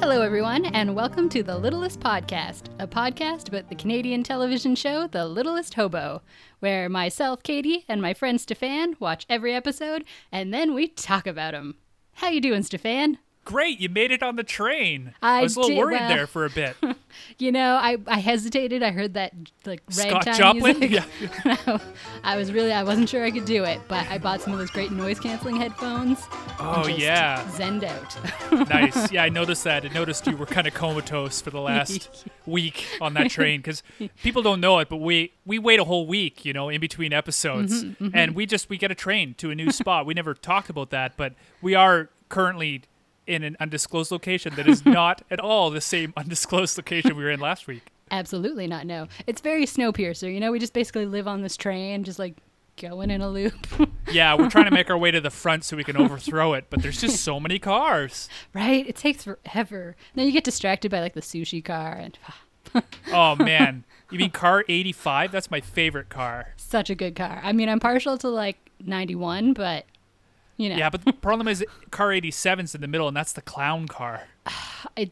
Hello, everyone, and welcome to The Littlest Podcast, a podcast about the Canadian television show The Littlest Hobo, where myself, Katie, and my friend Stefan watch every episode, and then we talk about them. How you doing, Stefan? Great, you made it on the train. I was a little did- worried well- there for a bit. Oh, You know, I, I hesitated. I heard that like Scott ragtime Joplin? music. Yeah. I was really I wasn't sure I could do it, but I bought some of those great noise canceling headphones. and Oh just yeah, Zened out. nice. Yeah, I noticed that. I noticed you were kind of comatose for the last week on that train because people don't know it, but we we wait a whole week, you know, in between episodes, Mm-hmm, and we just we get a train to a new spot. We never talked about that, but we are currently in an undisclosed location that is not at all the same undisclosed location we were in last week. Absolutely not. No, it's very Snowpiercer. You know, we just basically live on this train, just like going in a loop. Yeah, we're trying to make our way to the front so we can overthrow it, but there's just so many cars. right? It takes forever. Then you get distracted by like the sushi car and Oh man, you mean car eighty five? That's my favorite car. such a good car. I mean, I'm partial to like 91, but you know, Yeah, but the problem is car eighty seven's in the middle, and that's the clown car. I,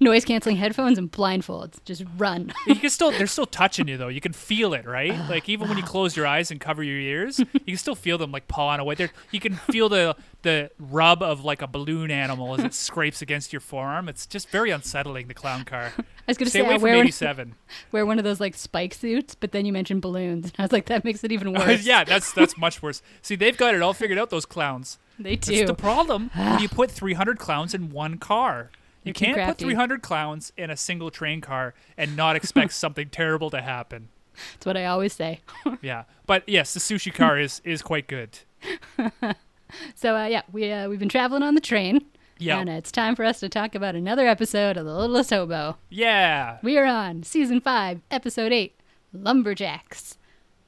noise canceling headphones and blindfolds. Just run. You can still they're still touching you though. You can feel it, right? Like even when you close your eyes and cover your ears, you can still feel them like pawing away. There, you can feel the the rub of like a balloon animal as it scrapes against your forearm. It's just very unsettling. The clown car. I was gonna Stay say I away from wear one, eighty seven. wear one of those like spike suits, but then you mentioned balloons, and I was like, that makes it even worse. yeah, that's that's much worse. See, they've got it all figured out. Those clowns. they do. That's the problem. when you put 300 clowns in one car. They're You too can't put crafty. 300 clowns in a single train car and not expect something terrible to happen. That's what I always say. Yeah. But yes, the sushi car is is quite good. So uh, yeah, we uh, we've been traveling on the train. Yeah. And it's time for us to talk about another episode of The Littlest Hobo. Yeah. We are on season five, episode eight, Lumberjacks.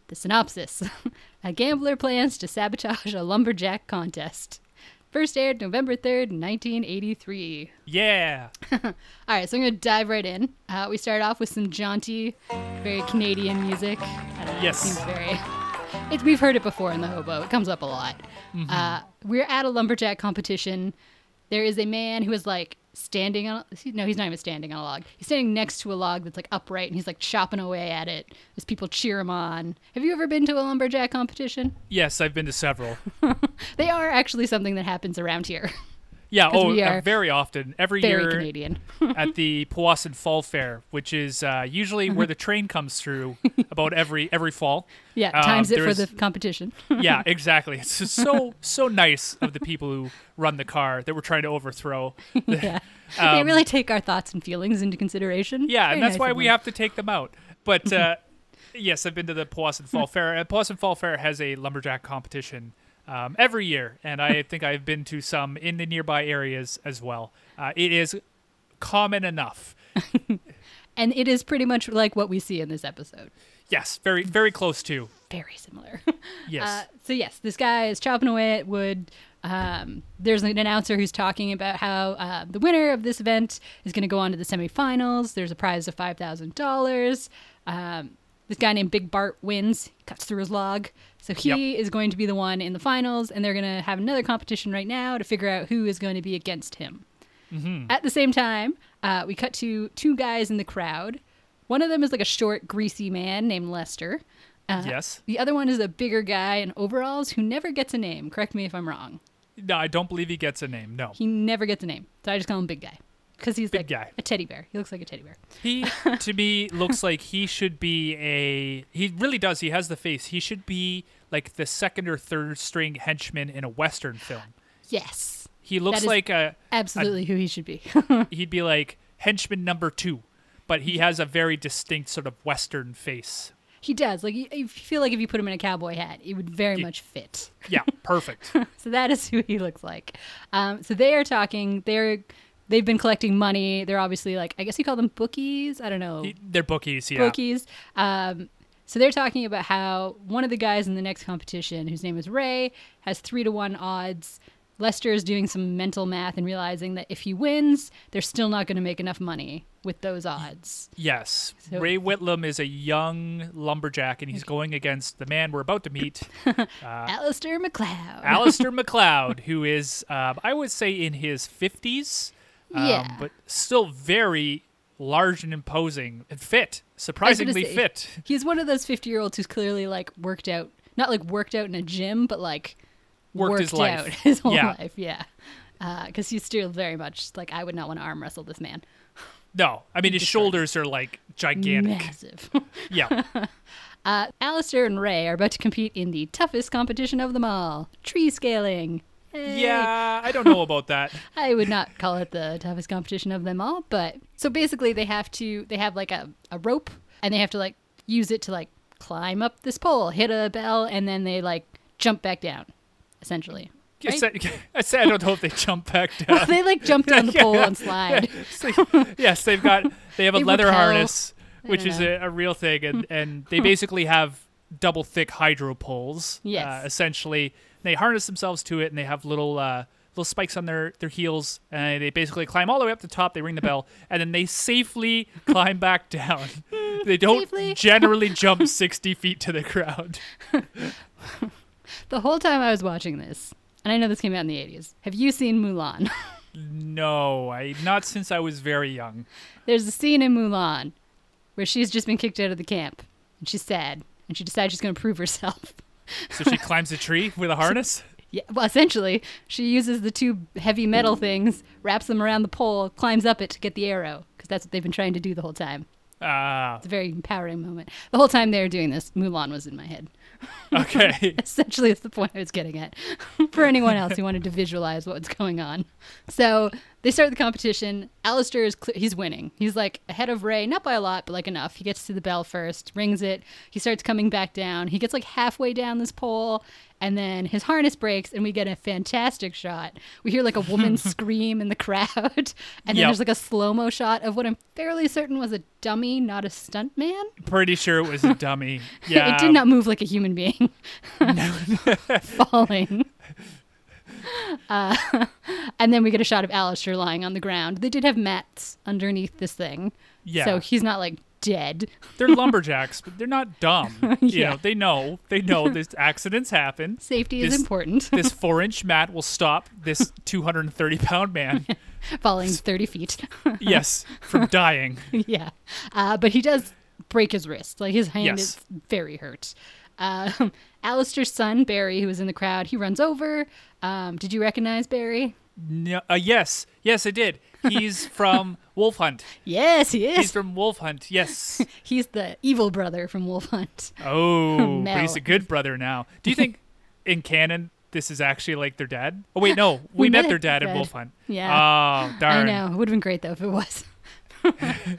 The synopsis A gambler plans to sabotage a lumberjack contest. First aired November 3rd, 1983. Yeah. All right, so I'm going to dive right in. Uh, we start off with some jaunty, very Canadian music. I don't know, Yes. It seems very. It, we've heard it before in the hobo. It comes up a lot. Mm-hmm. Uh, we're at a lumberjack competition. There is a man who is like standing on. No, he's not even standing on a log. He's standing next to a log that's like upright, and he's like chopping away at it as people cheer him on. Have you ever been to a lumberjack competition? Yes, I've been to several. They are actually something that happens around here. Yeah, 'Cause oh, we uh, are very often. Every very year Canadian. at the Powassan Fall Fair, which is uh, usually where the train comes through about every every fall. yeah, Um, times it for there's- the competition. yeah, exactly. It's just so so nice of the people who run the car that we're trying to overthrow. yeah. they really take our thoughts and feelings into consideration. Um, Yeah, Very and that's nice why of we them. have to take them out. But uh, yes, I've been to the Powassan Fall Fair, Uh, and Powassan Fall Fair has a lumberjack competition um, every year, and I think I've been to some in the nearby areas as well. Uh, it is common enough. And it is pretty much like what we see in this episode. Yes, very very close to Very similar. yes. Uh, so, yes, this guy is chopping away at wood. Um, there's an announcer who's talking about how uh, the winner of this event is going to go on to the semifinals. There's a prize of $5,000. Um, this guy named Big Bart wins, cuts through his log. So he is going to be the one in the finals, and they're going to have another competition right now to figure out who is going to be against him. At the same time, uh, we cut to two guys in the crowd. One of them is like a short, greasy man named Lester. Uh, Yes. The other one is a bigger guy in overalls who never gets a name. Correct me if I'm wrong. no, I don't believe he gets a name. No, He never gets a name. So I just call him Big Guy because he's Big like Guy. a teddy bear. He looks like a teddy bear. He to me looks like he should be a he really does. He has the face. He should be like the second or third string henchman in a western film. Yes. He looks That is- like a Absolutely who he should be. he'd be like henchman number 2, but he has a very distinct sort of western face. he does. Like, you, you feel like if you put him in a cowboy hat, it would very Ye- much fit. Yeah, perfect. So that is who he looks like. Um, so they are talking. They're they've been collecting money. They're obviously like I guess you call them bookies. I don't know He- they're bookies, yeah. bookies. Um, so they're talking about how one of the guys in the next competition, whose name is Ray, has three to one odds Lester is doing some mental math and realizing that if he wins, they're still not going to make enough money with Uh, those odds. Yes. So- Ray Whitlam is a young lumberjack, and he's going against the man we're about to meet, uh, Alistair McLeod. Alistair McLeod, who is, um, I would say, in his 50s, um, Yeah. but still very large and imposing and I was fit, gonna surprisingly say, fit. He's one of those 50 year olds who's clearly like worked out, not like worked out in a gym, but like Worked, his life. out his whole yeah. life. Yeah. Because he's still very much like, I would not want to arm wrestle this man. No, I mean, his destroyed. shoulders are like gigantic. Massive. Yeah. uh, Alistair and Ray are about to compete in the toughest competition of them all tree scaling. Hey. Yeah, I don't know about that. I would not call it the toughest competition of them all, but so basically they have to they have like a, a rope and they have to like use it to like climb up this pole, hit a bell, and then they like jump back down, essentially. I Right? said, I said I don't know if they jump back down. they like jump down the Yeah, pole yeah, and slide. Yes, yes, they've got they have a They leather repel. harness, I which don't is know. a, a real thing, and and they basically have double thick hydro poles. Yes. uh, essentially they harness themselves to it, and they have little uh, little spikes on their their heels, and they basically climb all the way up the top. They ring the bell, and then they safely climb back down. They don't Safely. generally jump sixty feet to the ground. The whole time I was watching this, and I know this came out in the eighties. Have you seen Mulan? No, I not since I was very young. There's a scene in Mulan where she's just been kicked out of the camp and she's sad and she decides she's gonna prove herself. So she climbs a tree with a harness. Yeah, well, essentially, she uses the two heavy metal things, wraps them around the pole, climbs up it to get the arrow, because that's what they've been trying to do the whole time. Ah, It's a very empowering moment. The whole time they were doing this, Mulan was in my head. okay. Essentially, is the point I was getting at. For anyone else who wanted to visualize what's going on, so they start the competition. Alistair is cle he's winning. He's like ahead of Ray, not by a lot, but like enough. He gets to the bell first, rings it. He starts coming back down. He gets like halfway down this pole, and then his harness breaks, and we get a fantastic shot. We hear like a woman scream in the crowd, and then Yep. there's like a slow mo shot of what I'm fairly certain was a dummy, not a stunt man. pretty sure it was a dummy. Yeah. It did not move like a human being. Falling. Uh, and then we get a shot of Alistair lying on the ground. They did have mats underneath this thing. Yeah. So he's not like dead. they're lumberjacks, but they're not dumb. You Yeah. know, they know. They know this accidents happen. Safety This- is important. this four inch mat will stop this 230 pound man, Falling 30 feet. yes, from dying. yeah. Uh, but he does break his wrist. Like his hand Yes. is very hurt. Um, Alistair's son, Barry, who was in the crowd, he runs over. Um, did you recognize Barry? No, uh, yes, yes, I did. He's from Wolf Hunt. Yes, he He's is. from Wolf Hunt, yes. He's the evil brother from Wolf Hunt. Oh, but he's Mel. a good brother now. Do you think in canon this is actually like their dad? Oh, wait, no. We, We met, met their dad dad. in Wolf Hunt. Yeah. Oh, darn. I know. It would have been great though if it was.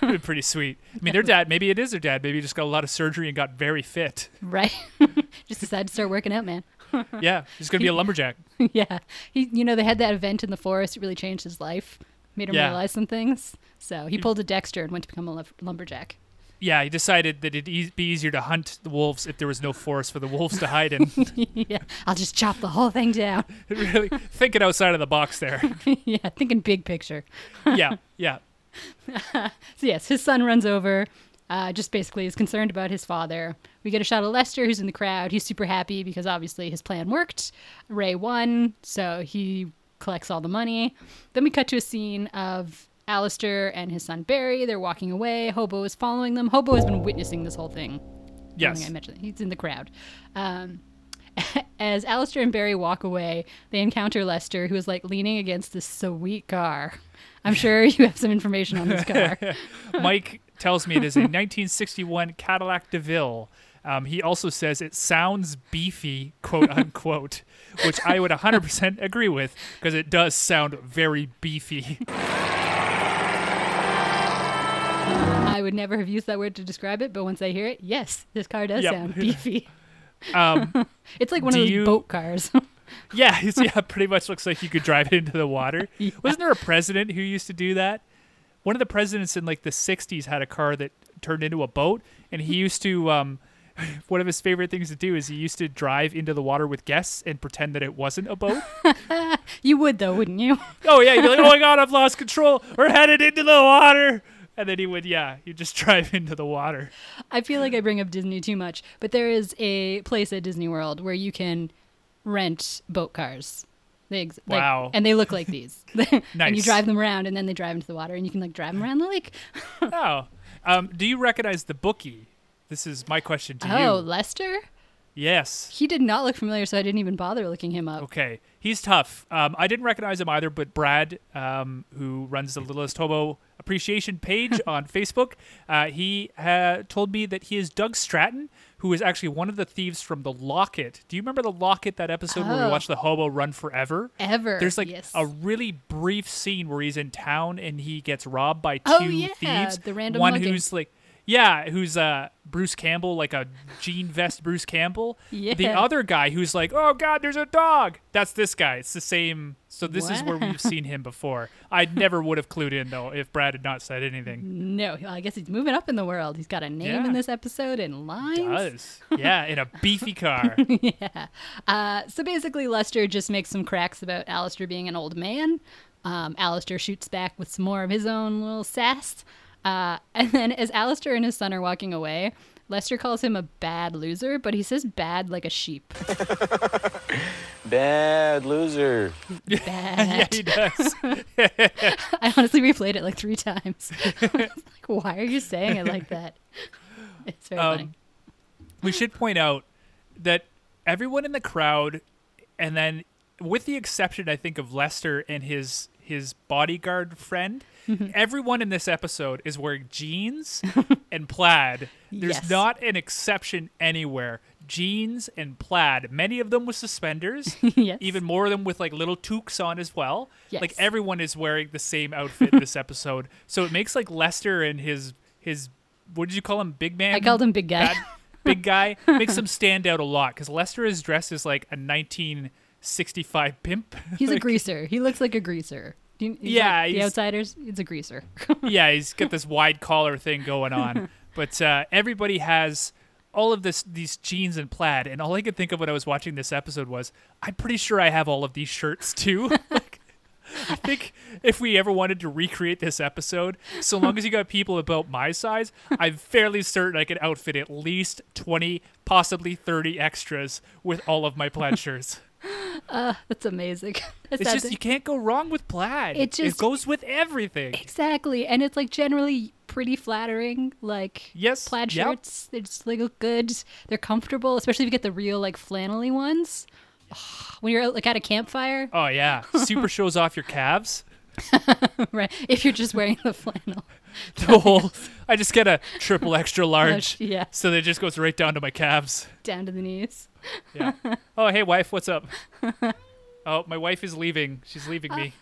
Would've been pretty sweet. I mean, their dad, maybe it is their dad. Maybe he just got a lot of surgery and got very fit. Right? Just decided to start working out, man. Yeah, he's going to be a lumberjack. yeah. He you know, they had that event in the forest, it really changed his life. Made him Yeah. realize some things. So he pulled a Dexter and went to become a luf- lumberjack. Yeah, he decided that it'd e- be easier to hunt the wolves if there was no forest for the wolves to hide in. yeah. I'll just chop the whole thing down. really thinking outside of the box there. yeah, thinking big picture. Yeah, yeah. So yes, his son runs over. Uh, just basically is concerned about his father. We get a shot of Lester, who's in the crowd. He's super happy because obviously his plan worked. Ray won, so he collects all the money. Then we cut to a scene of Alistair and his son Barry. They're walking away. Hobo is following them. Hobo has been witnessing this whole thing. I don't think Yes. I mentioned that. He's in the crowd. Um, as Alistair and Barry walk away, they encounter Lester, who is like leaning against this sweet car. I'm sure you have some information on this car. Mike tells me it is a 1961 Cadillac DeVille. Um, he also says it sounds beefy, quote unquote, which I would 100% agree with because it does sound very beefy. I would never have used that word to describe it, but once I hear it, yes, this car does Yep. sound beefy. Um, It's like one Do of those you- boat cars. Yeah, it's, yeah, pretty much looks like you could drive it into the water. Wasn't there a president who used to do that? One of the presidents in like the '60s had a car that turned into a boat, and he used to um, one of his favorite things to do is he used to drive into the water with guests and pretend that it wasn't a boat. You would though, wouldn't you? oh yeah, you'd be like, oh my god, I've lost control. We're headed into the water. And then he would, yeah, you just drive into the water. I feel like I bring up Disney too much, but there is a place at Disney World where you can rent boat cars. They ex- like- Wow. and they look like these. And you Nice. drive them around, and then they drive into the water, and you can like drive them around the lake. Oh, um, do you recognize the bookie? This is my question to Oh, you. Lester? Yes. He did not look familiar, so I didn't even bother looking him up. Okay, he's tough. Um, I didn't recognize him either, but Brad, um, who runs the Littlest Hobo Appreciation page on Facebook, uh, he ha- told me that he is Doug Stratton, who is actually one of the thieves from the Locket. Do you remember the Locket? That episode where Oh. we watched the hobo run forever. Ever. There's like yes. a really brief scene where he's in town and he gets robbed by two Oh, yeah, thieves. the random one mugging. who's like, yeah, who's uh Bruce Campbell, like a jean vest Bruce Campbell. The Yeah. other guy who's like, oh god, there's a dog. That's this guy. It's the same. So this is where Wow. we've seen him before. I never would have clued in though if Brad had not said anything. No, I guess he's moving up in the world. He's got a name Yeah. in this episode and lines. Does yeah, in a beefy car. yeah. Uh, so basically, Lester just makes some cracks about Alistair being an old man. Um, Alistair shoots back with some more of his own little sass. Uh, and then, as Alistair and his son are walking away, Lester calls him a bad loser, but he says bad like a sheep. Bad loser. yeah, Bad. he does. I honestly replayed it like three times. like, why are you saying it like that? It's very funny. Um, we should point out that everyone in the crowd, and then with the exception, I think, of Lester and his his bodyguard friend, Mm-hmm. everyone in this episode is wearing jeans and plaid. There's Yes. not an exception anywhere. Jeans and plaid. Many of them with suspenders. Yes. Even more of them with like little toques on as well. Like Yes. everyone is wearing the same outfit this episode. So it makes like Lester and his his what did you call him? Big man. I called him big guy. That big guy makes him stand out a lot because Lester is dressed as like a 1965 pimp. He's a greaser. He looks like a greaser. Do you, he's Yeah, like the he's- outsiders. It's a greaser. yeah, he's got this wide collar thing going on. But uh, everybody has all of this these jeans and plaid, and all I could think of when I was watching this episode was, I'm pretty sure I have all of these shirts too. like, I think if we ever wanted to recreate this episode, so long as you got people about my size, I'm fairly certain I could outfit at least 20, possibly 30 extras with all of my plaid shirts. That's amazing. That's It's sad just to- you can't go wrong with plaid. It just- it goes with everything. Exactly, and it's like generally pretty flattering. Like Yes, plaid yep. shirts, they just like look good. They're comfortable, especially if you get the real like flannelly ones. When you're out, like at a campfire, Oh yeah, super shows off your calves. right? If you're just wearing the flannel, the whole I just get a triple extra large. Large, yeah. So that it just goes right down to my calves. down to the knees. Yeah. oh hey wife, what's up? Oh, my wife is leaving. She's leaving me.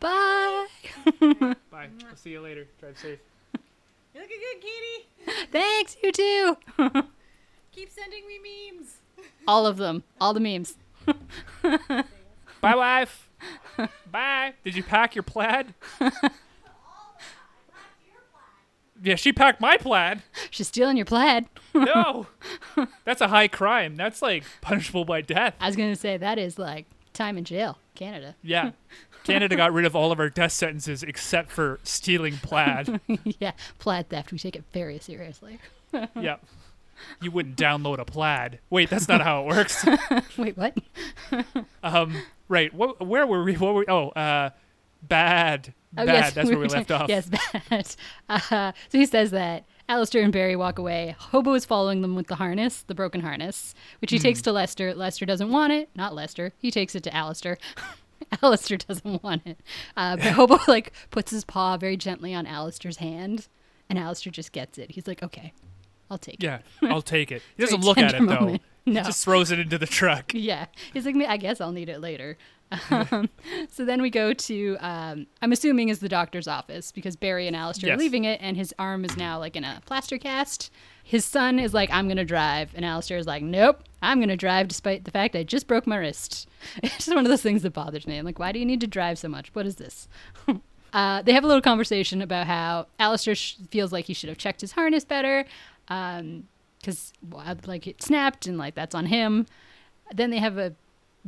Bye. Bye. I'll see you later. Drive safe. You're looking good, Katie. Thanks, you too. Keep sending me memes. All of them, all the memes. Bye wife. Bye. Did you pack your plaid? Yeah, she packed my plaid. She's stealing your plaid. No. That's a high crime. That's like punishable by death. I was gonna say that is like time in jail, Canada. Yeah. Canada got rid of all of our death sentences except for stealing plaid. yeah, plaid theft. We take it very seriously. Yeah. You wouldn't download a plaid. Wait, that's not how it works. Wait, what? Um, right. What, where were we? What were we? Oh, uh, bad. Oh, bad. yes, that's where we were left talking- off. Yes, bad. Uh, so he says that Alistair and Barry walk away. Hobo is following them with the harness, the broken harness, which Hmm. he takes to Lester. Lester doesn't want it. Not Lester. He takes it to Alistair. Alistair doesn't want it. Uh, but Hobo like puts his paw very gently on Alistair's hand, and Alistair just gets it. He's like, "Okay, I'll take it." Yeah, I'll take it. He It's a doesn't very look at it, tender moment. though. No. He just throws it into the truck. Yeah. He's like, I guess I'll need it later. Um, so then we go to, um, I'm assuming is the doctor's office because Barry and Alistair Yes. are leaving it and his arm is now like in a plaster cast. His son is like, I'm going to drive. And Alistair is like, nope, I'm going to drive despite the fact I just broke my wrist. It's just one of those things that bothers me. I'm like, why do you need to drive so much? What is this? Uh, they have a little conversation about how Alistair sh- feels like he should have checked his harness better. Um, because like it snapped and like that's on him. Then they have a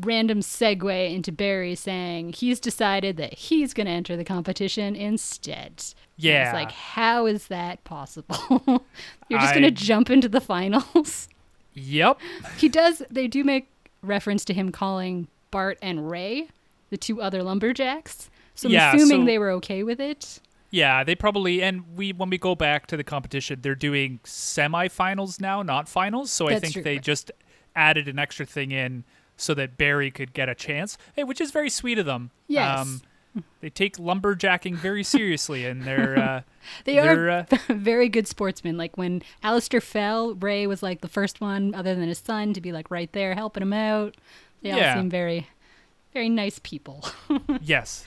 random segue into Barry saying he's decided that he's going to enter the competition instead. And Yeah. It's like, how is that possible? You're just I- going to jump into the finals. Yep. he does, they do make reference to him calling Bart and Ray the two other lumberjacks. So I'm Yeah, assuming so- they were okay with it. Yeah, they probably and we when we go back to the competition, they're doing semifinals now, not finals. So I That's think true, they right. just added an extra thing in so that Barry could get a chance. Hey, which is very sweet of them. Um, Yes. they take lumberjacking very seriously and they're uh They are They're, uh, very good sportsmen. Like when Alistair fell, Ray was like the first one, other than his son, to be like right there helping him out. They Yeah. all seem very, very nice people. yes.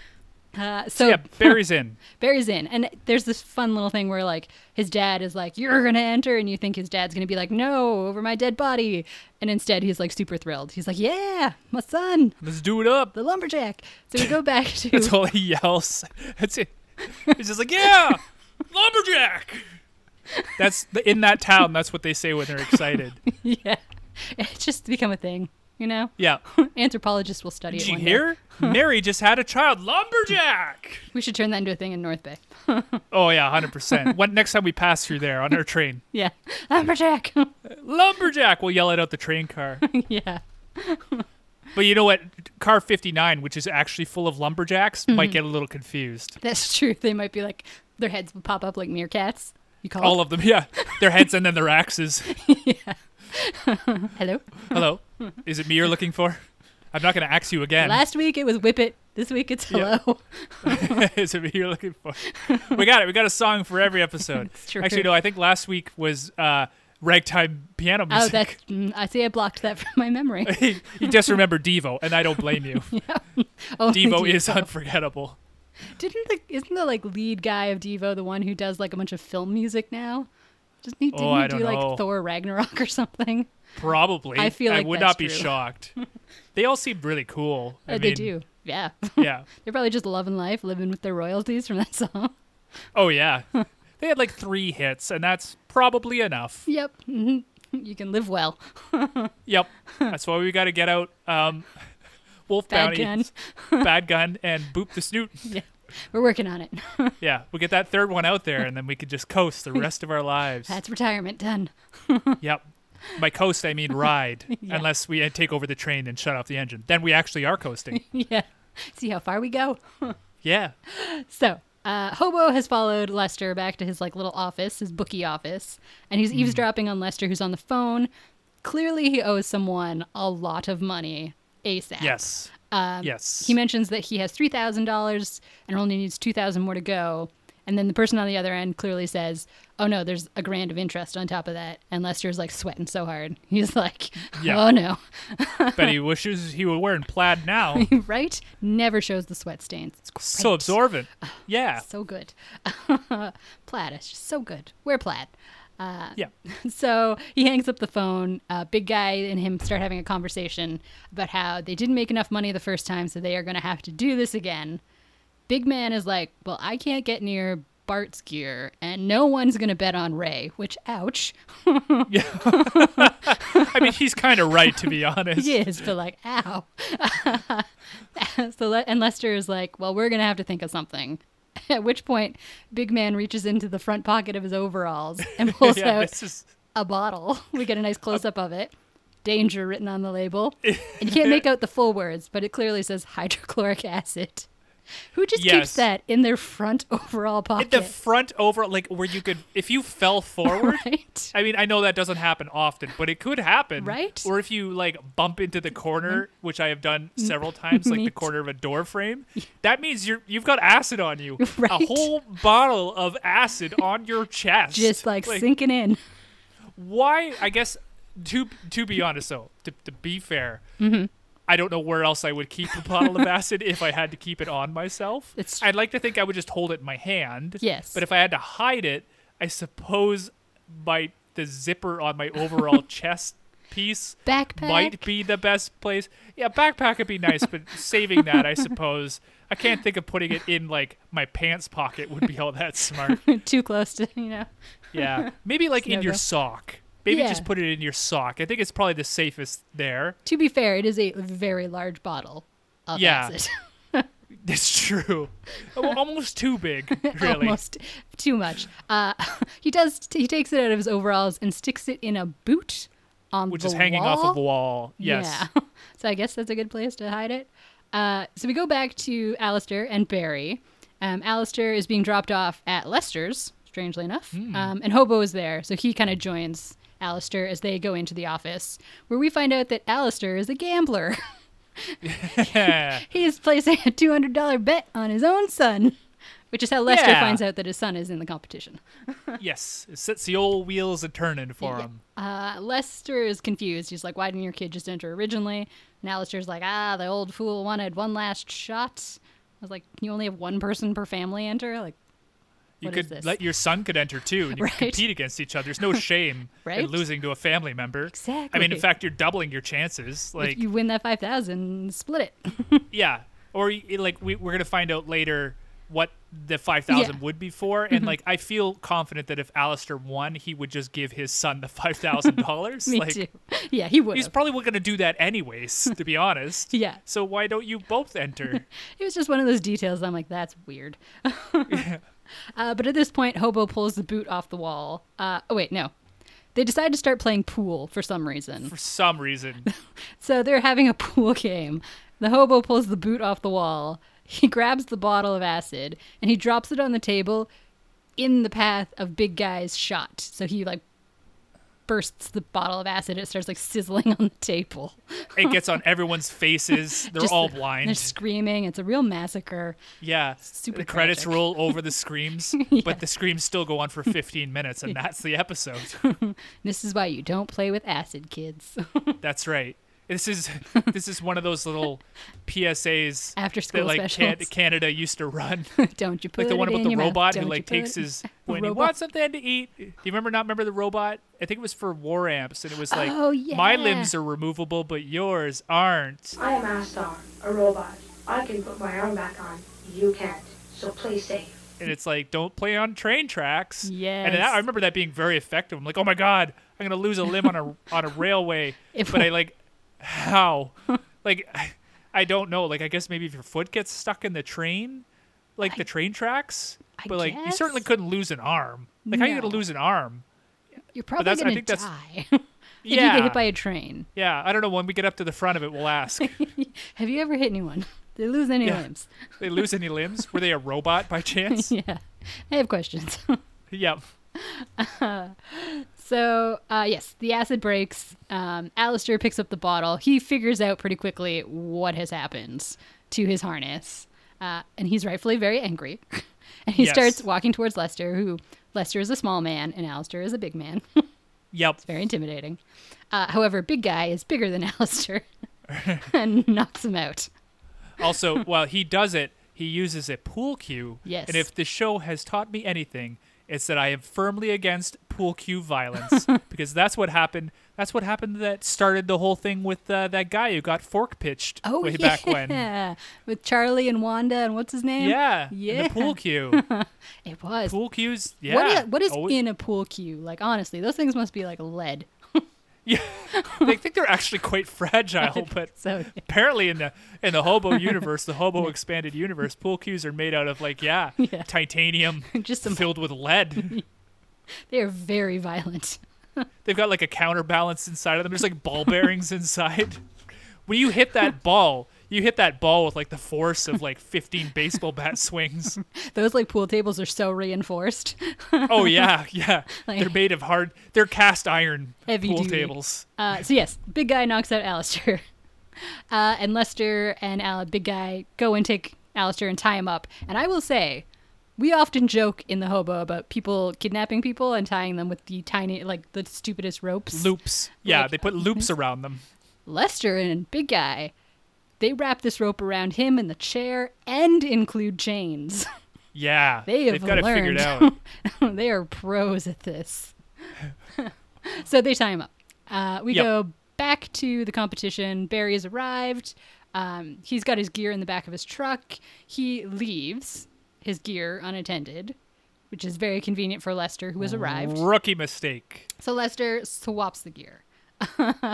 Uh, so Yeah, Barry's in. Barry's in, and there's this fun little thing where like his dad is like, "You're gonna enter," and you think his dad's gonna be like, "No, over my dead body," and instead he's like super thrilled. He's like, "Yeah, my son, Let's do it up. the lumberjack." So we go back That's to all he yells. That's it. He's just like, yeah, lumberjack. That's in that town. That's what they say when they're excited. yeah, it's just become a thing, you know. Yeah. Anthropologists will study it. Did you one day. hear? Mary just had a child, lumberjack. We should turn that into a thing in North Bay. Oh yeah, hundred percent. When next time we pass through there on our train, Yeah, lumberjack. lumberjack, we'll yell it out the train car. yeah, But you know what? Car fifty nine, which is actually full of lumberjacks, might get a little confused. that's true. They might be like their heads will pop up like meerkats. You call All of them, yeah. Their heads and then their axes. hello. Hello, is it me you're looking for? I'm not going to axe you again. Last week it was whip it. This week it's Yeah. hello. is it what you're looking for? We got it. We got a song for every episode. It's true. Actually, no. I think last week was uh, ragtime piano Oh, music. that's. Mm, I see. I blocked that from my memory. you just remember Devo, and I don't blame you. Oh, Devo is unforgettable. Didn't the isn't the like lead guy of Devo the one who does like a bunch of film music now? Doesn't he? Didn't Oh, I he do don't know. like Thor Ragnarok or something? Probably. I feel like I would that's not be true. shocked. They all seem really cool. I Uh, they mean, do. Yeah, Yeah. they're probably just loving life, living with their royalties from that song. Oh yeah. They had like three hits, and that's probably enough. Yep, hmm you can live well. Yep. That's why we got to get out. Um, Wolf Bad Bounty, Bad Gun, and Boop the Snoot. Yeah, we're working on it. Yeah, we get that third one out there, and then we could just coast the rest of our lives. That's retirement done. Yep. By coast, I mean ride, unless we uh, take over the train and shut off the engine. Then we actually are coasting. yeah, see how far we go. Yeah. So, uh, Hobo has followed Lester back to his like little office, his bookie office, and Hmm. he's eavesdropping on Lester, who's on the phone. Clearly, he owes someone a lot of money ASAP. Yes. Um, yes. He mentions that he has three thousand dollars and only needs two thousand more to go. And then the person on the other end clearly says, "Oh no, there's a grand of interest on top of that." And Lester's like sweating so hard, he's like, Yeah. "Oh no, but he wishes he were wearing plaid now. right?" Never shows the sweat stains. It's great. so absorbent. Yeah. Uh, so good. plaid is just so good. Wear plaid. Yeah. So he hangs up the phone. Uh, big guy and him start having a conversation about how they didn't make enough money the first time, so they are going to have to do this again. Big man is like, Well, I can't get near Bart's gear, and no one's going to bet on Ray, which, ouch, I mean, he's kind of right, to be honest. he is, but like, ow. so, Le- and Lester is like, Well, we're going to have to think of something. At which point, Big Man reaches into the front pocket of his overalls and pulls yeah out this is. a bottle. We get a nice close up of it. Danger written on the label. and you can't make out the full words, but it clearly says hydrochloric acid. Who just keeps Yes. that in their front overall In pocket? the front over, like where you could, if you fell forward, right? I mean, I know that doesn't happen often, but it could happen. Right? Or if you like bump into the corner, which I have done Mm-hmm. several times, like Me the too. corner of a door frame, that means you're you've got acid on you. Right. A whole bottle of acid on your chest. Just like, sinking in. why I guess to to be honest though, to, to be fair, Mm-hmm. I don't know where else I would keep a bottle of acid if I had to keep it on myself. It's tr- I'd like to think I would just hold it in my hand. Yes. But if I had to hide it, I suppose my the zipper on my overall chest piece Backpack. might be the best place. Yeah, backpack would be nice, but saving that, I suppose. I can't think of putting it in like my pants pocket would be all that smart. Too close to, you know. Yeah. Maybe like in No your go. sock. Maybe Yeah. just put it in your sock. I think it's probably the safest there. To be fair, it is a very large bottle of Yeah. acid. That's true. Al- Almost too big, really. Almost too much. Uh, he does. he takes it out of his overalls and sticks it in a boot on Which the is hanging off wall. of a wall. Yes. Yeah. So I guess that's a good place to hide it. Uh, so we go back to Alistair and Barry. Um, Alistair is being dropped off at Lester's, strangely enough, Hmm. um, and Hobo is there. So he kind of joins Alistair as they go into the office, where we find out that Alistair is a gambler. Yeah. he is placing a $200 bet on his own son, which is how Lester Yeah. finds out that his son is in the competition. yes. It sets the old wheels a turning for Yeah. him. Uh, Lester is confused. He's like, why didn't your kid just enter originally? And Alistair's like, ah, the old fool wanted one last shot. I was like, you only have one person per family enter? Like, You What is could this? let your son could enter too, and you Right. could compete against each other. There's no shame Right? in losing to a family member. I mean, Exactly. in fact, you're doubling your chances. Like, if you win that 5,000, split it. yeah, or y- like we, we're gonna find out later what the five thousand Yeah. Mm-hmm. would be for, and like I feel confident that if Alistair won, he would just give his son the five thousand dollars. Me like, too. Yeah, he would He's have. probably gonna do that anyways, to be honest. Yeah. So why don't you both enter? it was just one of those details. I'm like, that's weird. uh, but at this point, Hobo pulls the boot off the wall. Uh, oh, wait, no. They decide to start playing pool for some reason. For some reason, So they're having a pool game. The hobo pulls the boot off the wall. He grabs the bottle of acid and he drops it on the table in the path of Big Guy's shot. So he like bursts the bottle of acid. It starts like sizzling on the table. it gets on everyone's faces. They're Just- all They're blind. screaming. It's a real massacre. Yeah. Super the credits tragic. roll over the screams, but the screams still go on for 15 minutes, and that's the episode. This is why you don't play with acid, kids. That's right. This is this is one of those little PSAs After school that like Can- specials. Canada used to run, don't you put like the one it about in the your mouth. robot who Don't you like put takes it- his when he Robot. wants something to eat. Do you remember? Not remember the robot? I think it was for war amps, and it was like Oh, my yeah. limbs are removable, but yours aren't. I am Astar, a robot. I can put my arm back on. You can't. So play safe. and it's like don't play on train tracks. and Yes. that, I remember that being very effective. I'm like, oh my god, I'm gonna lose a limb on a on a railway. If- but I like how, like, I, I don't know. Like, I guess maybe if your foot gets stuck in the train, like the train tracks. I but like, you certainly guess. couldn't lose an arm. Like, how you No. gonna lose an arm? You're probably that's- I gonna think that's- die if yeah, you get hit by a train. yeah. I don't know. When we get up to the front of it, we'll ask. Have you ever hit anyone? They lose any Yeah. limbs. they lose any limbs? Were they a robot by chance? Yeah, I have questions. yep. so, uh, yes, the acid breaks. Um, Alistair picks up the bottle. He figures out pretty quickly what has happened to his harness. Uh, and he's rightfully very angry. and he Yes. starts walking towards Lester, who Lester is a small man and Alistair is a big man. Yep. very intimidating. Uh, however, big guy is bigger than Alistair and knocks him out. Also, while he does it, he uses a pool cue. Yes. And if the show has taught me anything, it's that I am firmly against pool cue violence because that's what happened. That's what happened that started the whole thing with uh, that guy who got fork pitched Oh, way yeah. back when. With Charlie and Wanda and what's his name? Yeah. Yeah. The pool cue. It was. pool cues. Yeah. What is, what is Oh, in a pool cue? Like honestly, those things must be like lead. Yeah. they think they're actually quite fragile, but So yeah. apparently in the in the hobo universe, the hobo expanded universe, pool cues are made out of like yeah, Yeah. titanium Just some- filled with lead. they are very violent. They've got like a counterbalance inside of them. There's like ball bearings inside. When you hit that ball, you hit that ball with like the force of like 15 baseball bat swings. Those like pool tables are so reinforced. Oh yeah, yeah. Like- they're made of hard. They're cast iron Heavy pool duty. tables. Uh, so yes, big guy knocks out Alistair, uh, and Lester and Al- big guy go and take Alistair and tie him up. And I will say, we often joke in the hobo about people kidnapping people and tying them with the tiny, like the stupidest ropes. Loops. Yeah, Like, they put loops around them. Lester and Big Guy, they wrap this rope around him and the chair and include chains. Yeah, They have have got it learned. figured out. they are pros at this. so they tie him up. Uh, we Yep. go back to the competition. Barry has arrived. Um, he's got his gear in the back of his truck. He leaves his gear unattended. which is very convenient for Lester, who has arrived. Rookie mistake. So Lester swaps the gear. uh,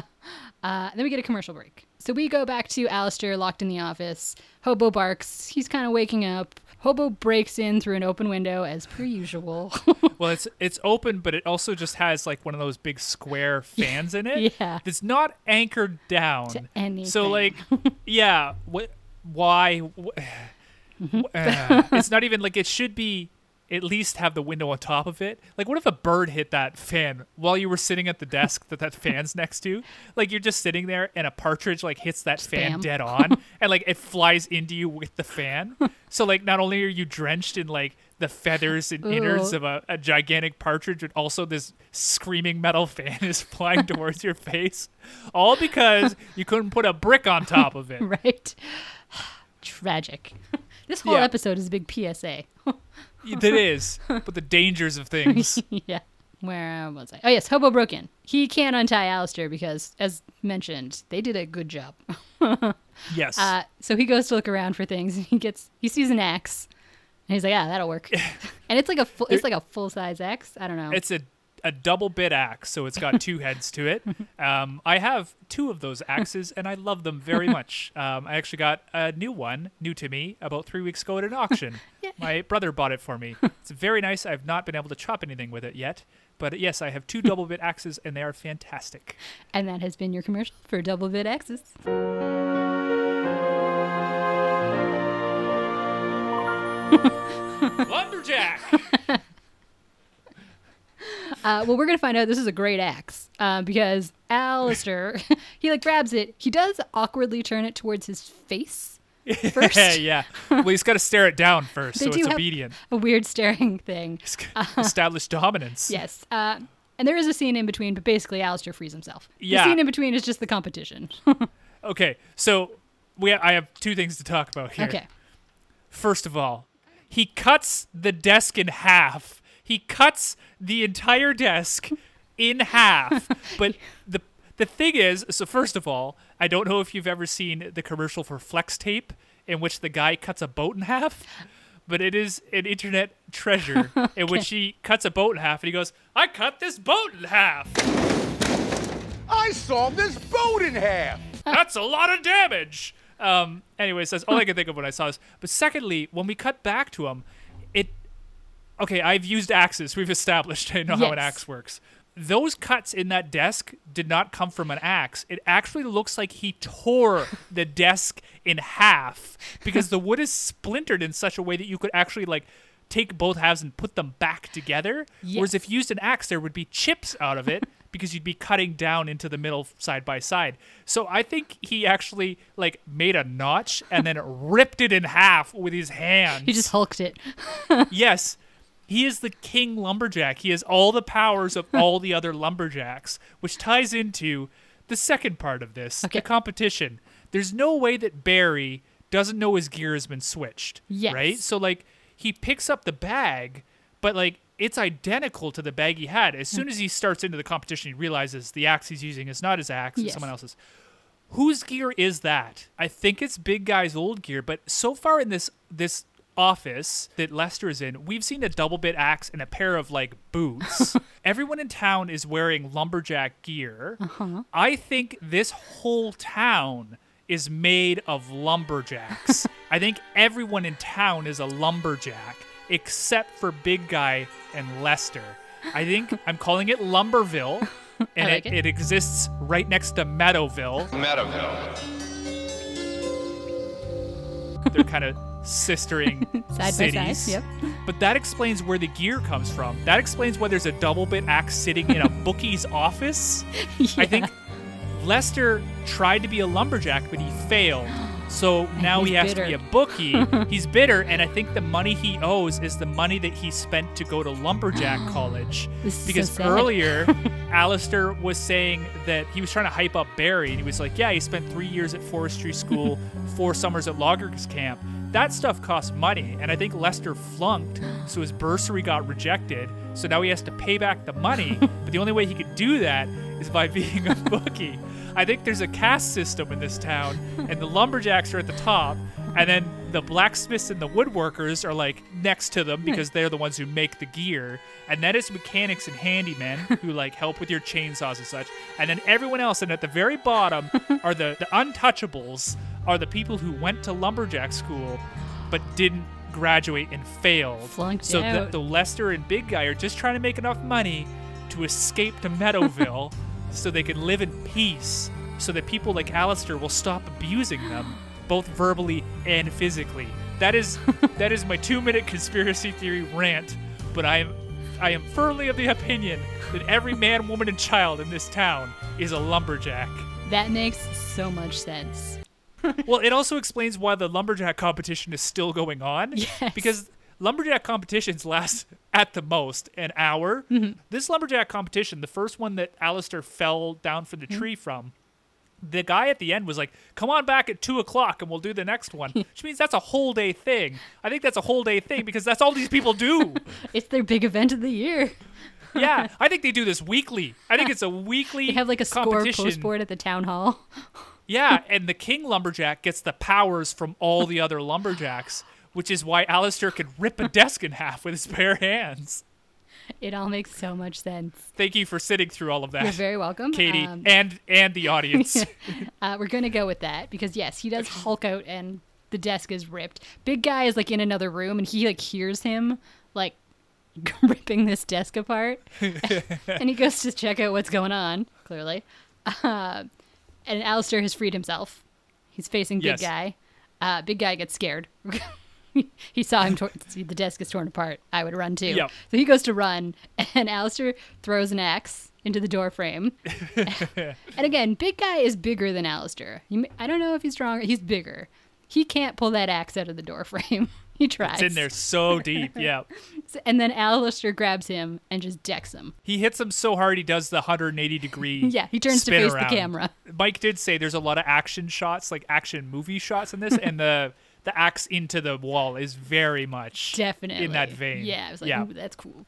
then we get a commercial break. So we go back to Alistair locked in the office. Hobo barks. He's kind of waking up. Hobo breaks in through an open window as per usual. Well, it's it's open, but it also just has like one of those big square fans in it. Yeah. It's not anchored down. To anything. So like, yeah. What? Why? wh- Mm-hmm. uh, it's not even like it should be. At least have the window on top of it. Like, what if a bird hit that fan while you were sitting at the desk that that fan's next to? Like, you're just sitting there and a partridge like hits that fan Spam. dead on, and like it flies into you with the fan. So like, not only are you drenched in like the feathers and innards Ooh. of a, a gigantic partridge, but also this screaming metal fan is flying towards your face, all because you couldn't put a brick on top of it. right? Tragic. This whole Yeah. episode is a big PSA. It is, but the dangers of things. yeah. Where was I? Oh, yes. Hobo broke in. He can't untie Alistair because, as mentioned, they did a good job. Yes. Uh, so he goes to look around for things, and he gets he sees an axe, and he's like, "Yeah, that'll work." and it's like a full, it's like a full size axe. I don't know. it's a a double bit axe, so it's got two heads to it. Um, I have two of those axes, and I love them very much. Um, I actually got a new one, new to me, about three weeks ago at an auction. My brother bought it for me. It's very nice. I've not been able to chop anything with it yet, but yes, I have two double bit axes, and they are fantastic. and that has been your commercial for Double Bit Axes. Lumberjack. Uh, well, we're gonna find out this is a great axe uh, because Alistair, he like grabs it. He does awkwardly turn it towards his face first. yeah. Well, he's got to stare it down first, They so do it's have Uh-huh. obedient. a weird staring thing. It's Establish dominance. Yes. Uh, and there is a scene in between, but basically Alistair frees himself. Yeah. The scene in between is just the competition. Okay, so we I have two things to talk about here. okay. First of all, he cuts the desk in half. He cuts the entire desk in half. But the the thing is, so first of all, I don't know if you've ever seen the commercial for Flex Tape in which the guy cuts a boat in half, but it is an internet treasure in which he cuts a boat in half and he goes, "I cut this boat in half." I saw this boat in half. That's a lot of damage. Um, anyways, that's all I could think of when I saw this. But secondly, when we cut back to him, it okay. I've used axes. We've established I know how an Yes. axe works. Those cuts in that desk did not come from an axe. It actually looks like he tore the desk in half because the wood is splintered in such a way that you could actually like take both halves and put them back together. Whereas if Yes. you used an axe, there would be chips out of it because you'd be cutting down into the middle side by side. So I think he actually like made a notch and then ripped it in half with his hands. He just hulked it. yes. He is the king lumberjack. He has all the powers of all the other lumberjacks, which ties into the second part of this, Okay. the competition. There's no way that Barry doesn't know his gear has been switched. Right? Yes. So like he picks up the bag, but like it's identical to the bag he had. As Mm. soon as he starts into the competition, he realizes the axe he's using is not his axe, Yes. it's someone else's. Whose gear is that? I think it's Big Guy's old gear, but so far in this this office that Lester is in, we've seen a double bit axe and a pair of like boots. Everyone in town is wearing lumberjack gear. I think this whole town is made of lumberjacks. I think everyone in town is a lumberjack except for Big Guy and Lester. I think I'm calling it Lumberville, and like it, it. it exists right next to Meadowville. Meadowville. They're kind of sistering Side by cities. side, yep. But that explains where the gear comes from. That explains why there's a double bit axe sitting in a bookie's office. I think Lester tried to be a lumberjack, but he failed. So now he's he has bitter. to be a bookie. he's bitter, and I think the money he owes is the money that he spent to go to lumberjack college. This is so because sad. earlier, Alistair was saying that he was trying to hype up Barry, and he was like, "Yeah, he spent three years at forestry school, four summers at loggers camp. That stuff costs money." And I think Lester flunked, so his bursary got rejected. So now he has to pay back the money. but the only way he could do that is by being a bookie. I think there's a caste system in this town, and the lumberjacks are at the top, and then the blacksmiths and the woodworkers are like next to Hmm. them because they're the ones who make the gear. And then it's mechanics and handymen who like help with your chainsaws and such. And then everyone else. And at the very bottom are the, the untouchables, are the people who went to lumberjack school but didn't graduate and failed. Flunked so the, out. the Lester and Big Guy are just trying to make enough money to escape to Meadowville so they can live in peace, so that people like Alistair will stop abusing them, both verbally and physically. That is that is my two-minute conspiracy theory rant, but I am I am firmly of the opinion that every man, woman, and child in this town is a lumberjack. That makes so much sense. Well, it also explains why the lumberjack competition is still going on. Yes. Because lumberjack competitions last at the most an hour. Mm-hmm. This lumberjack competition, the first one that Alistair fell down from the Mm-hmm. tree from, the guy at the end was like, "Come on back at two o'clock, and we'll do the next one," which means that's a whole day thing. I think that's a whole day thing because that's all these people do. It's their big event of the year. yeah, I think they do this weekly. I think it's a weekly. They have like a score competition. postboard at the town hall. Yeah, and the king lumberjack gets the powers from all the other lumberjacks, which is why Alistair could rip a desk in half with his bare hands. It all makes so much sense. Thank you for sitting through all of that. You're very welcome. Katie Um, and and the audience. Uh, we're gonna go with that because yes, he does Hulk out and the desk is ripped. Big guy is like in another room and he like hears him like ripping this desk apart, and he goes to check out what's going on. Clearly, uh, and Alistair has freed himself. He's facing big Yes. guy. Uh, big guy gets scared. he saw him. Tor- see, the desk is torn apart. I would run too. Yep. So he goes to run, and Alistair throws an axe into the door frame. And again, big guy is bigger than Alistair. You, may- I don't know if he's stronger. He's bigger. He can't pull that axe out of the door frame. he tries. It's in there so deep. Yeah. And then Alistair grabs him and just decks him. He hits him so hard he does the 180 degree. Yeah, he turns to spin face the around. camera. Mike did say there's a lot of action shots, like action movie shots in this, and the the axe into the wall is very much Definitely. in that vein. Yeah, I was like, yeah, Ooh, that's cool.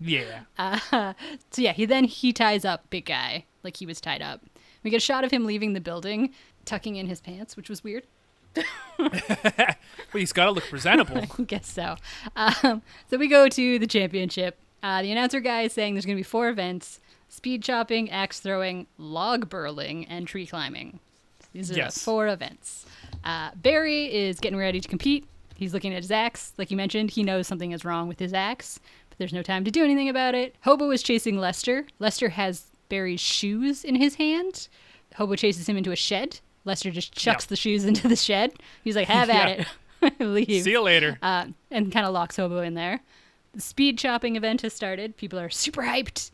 yeah. So yeah, he then he ties up big guy like he was tied up. We get a shot of him leaving the building, tucking in his pants, which was weird. But he's got to look presentable. I guess so. Um, so we go to the championship. Uh, the announcer guy is saying there's going to be four events: speed chopping, axe throwing, log burling, and tree climbing. These are the Yes. four events. Uh, Barry is getting ready to compete. He's looking at his axe, like you mentioned. He knows something is wrong with his axe, but there's no time to do anything about it. Hobo is chasing Lester. Lester has Barry's shoes in his hand. Hobo chases him into a shed. Lester just chucks Yeah. the shoes into the shed. He's like, "Have at it." Leave See you later. uh, and kind of locks Hobo in there. The speed chopping event has started. People are super hyped.